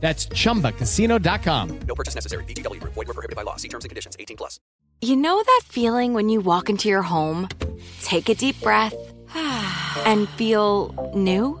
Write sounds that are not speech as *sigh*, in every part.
That's chumbacasino.com. No purchase necessary. VGW Group. Void were prohibited by law. See terms and conditions. 18 plus. You know that feeling when you walk into your home, take a deep breath, and feel new?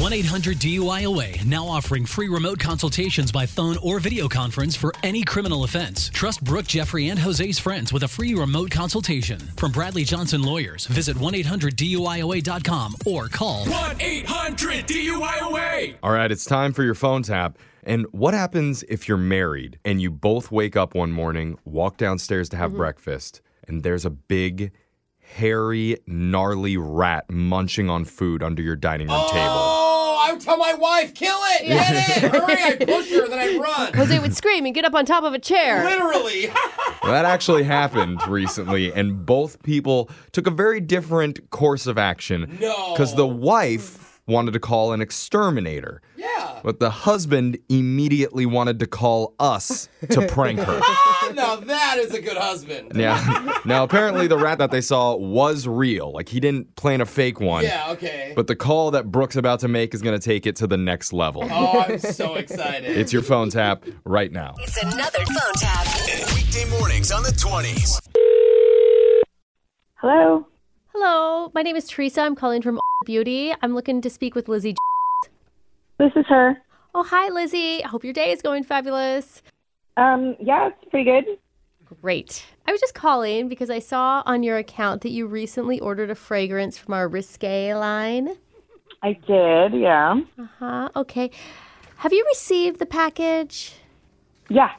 1 800 DUIOA now offering free remote consultations by phone or video conference for any criminal offense. Trust Brooke, Jeffrey, and Jose's friends with a free remote consultation. From Bradley Johnson Lawyers, visit 1 800 DUIOA.com or call 1 800 DUIOA. All right, it's time for your phone tap. And what happens if you're married and you both wake up one morning, walk downstairs to have Mm-hmm. breakfast, and there's a big, hairy, gnarly rat munching on food under your dining room table? Oh, I would tell my wife, kill it, get *laughs* it, hurry. I push her, then I run. Jose would scream and get up on top of a chair. Literally. That *laughs* actually happened recently, and both people took a very different course of action. No. Because the wife wanted to call an exterminator. yeah. But the husband immediately wanted to call us to *laughs* prank her. Ah, now that is a good husband. *laughs* Yeah. Now, apparently, the rat that they saw was real. Like, he didn't plan a fake one. Yeah, okay. But the call that Brooke's about to make is going to take it to the next level. oh, I'm so excited. It's your phone tap right now. It's another phone tap. Weekday mornings on the 20s. Hello. Hello, my name is Teresa. I'm calling from Beauty. I'm looking to speak with Lizzie. This is her. Oh, hi, Lizzie. I hope your day is going fabulous. Um, yeah, it's pretty good. Great. I was just calling because I saw on your account that you recently ordered a fragrance from our Risque line. I did, yeah. Uh-huh. Okay. Have you received the package? Yeah.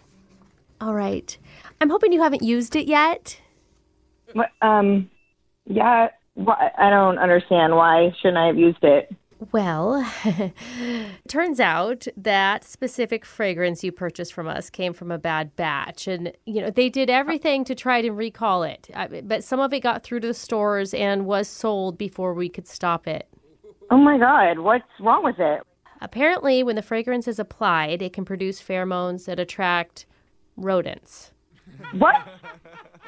All right. I'm hoping you haven't used it yet. What- Um, yeah, why, I don't understand. Why shouldn't I have used it? Well, *laughs* turns out that specific fragrance you purchased from us came from a bad batch. And, you know, they did everything to try to recall it, I- but some of it got through to the stores and was sold before we could stop it. Oh my God, what's wrong with it? Apparently, when the fragrance is applied, it can produce pheromones that attract rodents. What?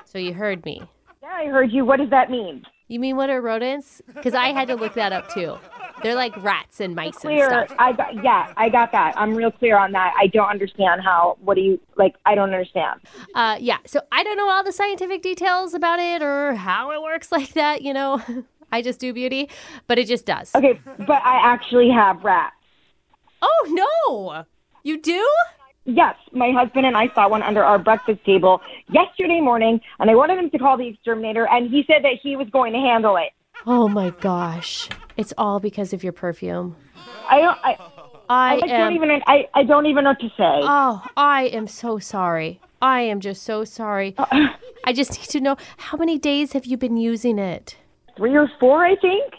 So you heard me. Yeah, I heard you. What does that mean? You mean what are rodents? Because I had to look that up too. They're like rats and mice Clear. and stuff. I got. Yeah, I got that. I'm real clear on that. I don't understand how. What do you like? I don't understand. Uh, yeah. So I don't know all the scientific details about it or how it works *laughs* like that. You know, I just do beauty, but it just does. Okay, but I actually have rats. Oh no, you do? Yes, my husband and I saw one under our breakfast table yesterday morning, and I wanted him to call the exterminator, and he said that he was going to handle it. Oh my gosh, it's all because of your perfume. I don't. I, I, I like, am. don't even. I, I don't even know what to say. Oh, I am so sorry. I am just so sorry. I just need to know how many days have you been using it? Three or four, I think.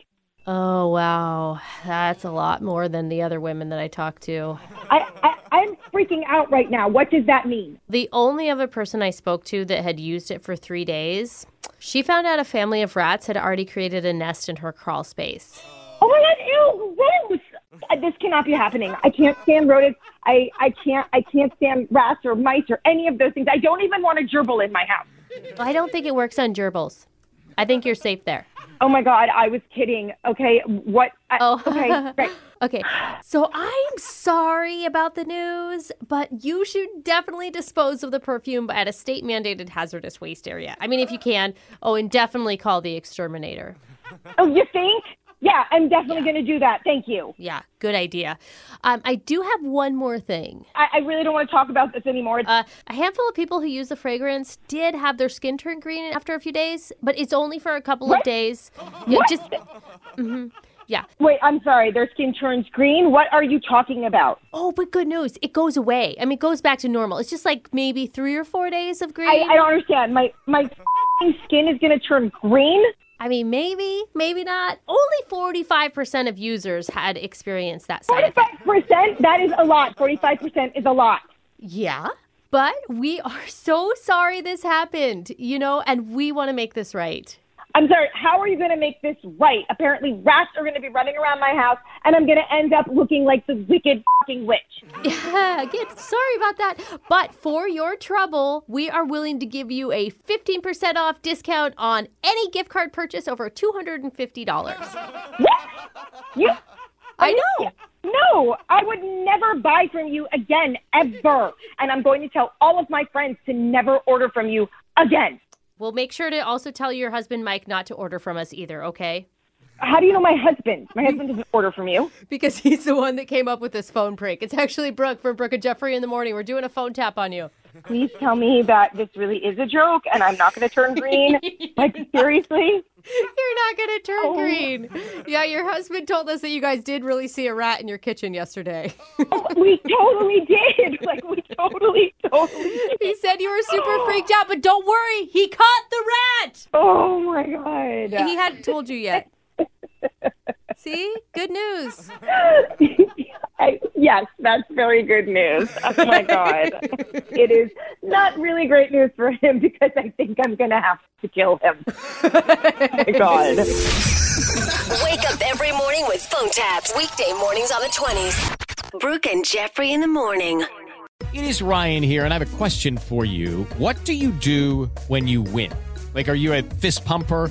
Oh, wow. That's a lot more than the other women that I talked to. I, I, I'm freaking out right now. What does that mean? The only other person I spoke to that had used it for three days, she found out a family of rats had already created a nest in her crawl space. Oh my god, ew, gross. Uh, This cannot be happening. I can't stand rodents. I, I can't I can't stand rats or mice or any of those things. I don't even want a gerbil in my house. I don't think it works on gerbils. I think you're safe there. Oh my god, I was kidding. Okay, what I, Oh. *laughs* okay, right. Okay, so I'm sorry about the news, but you should definitely dispose of the perfume at a state mandated hazardous waste area. I mean, if you can. Oh, and definitely call the exterminator. Oh, you think? Yeah, I'm definitely going to do that. Thank you. Yeah, good idea. Um, I do have one more thing. I, I really don't want to talk about this anymore. Uh, a handful of people who use the fragrance did have their skin turn green after a few days, but it's only for a couple of What? days. Yeah, What? just mhm. yeah. Wait, I'm sorry. Their skin turns green. What are you talking about? Oh, but good news, it goes away. I mean, it goes back to normal. It's just like maybe three or four days of green. I, I don't understand. My my f***ing skin is going to turn green. I mean, maybe, maybe not. Only forty-five percent of users had experienced that side effect. Forty-five percent. That is a lot. Forty-five percent is a lot. *laughs* Yeah. But we are *laughs* so sorry this happened, you know, and we want to make this right. *laughs* I'm sorry. How are you going to make this right? Apparently, rats are going to be running around my house, and I'm going to end up looking like the wicked fucking witch. Yeah, again, sorry about that. But for your trouble, we are willing to give you a 15% off discount on any gift card purchase over $250. What? You? I know. No, I would never buy from you again, ever. And I'm going to tell all of my friends to never order from you again. We'll make sure to also tell your husband, Mike, not to order from us either, okay? How do you know my husband? My husband doesn't order from you. Because *laughs* he's the one that came up with this phone prank. It's actually Brooke from Brooke and Jeffrey in the morning. We're doing a phone tap on you. *laughs* Please tell me that this really is a joke and I'm not going to turn green. *laughs* like, seriously? You're not going to turn green. Yeah, your husband told us that you guys did really see a rat in your kitchen yesterday. *laughs* We totally did. *laughs* Like, we totally, totally did. he said you were super freaked out, but don't worry, he caught the rat. Oh, my God. He hadn't told you yet. See? Good news. I, yes, that's very good news. Oh my God. it is not really great news for him because I think I'm going to have to kill him. oh my God. Wake up every morning with phone taps. Weekday mornings on the 20s. Brooke and Jeffrey in the morning. It is Ryan here, and I have a question for you. What do you do when you win? Like, are you a fist pumper?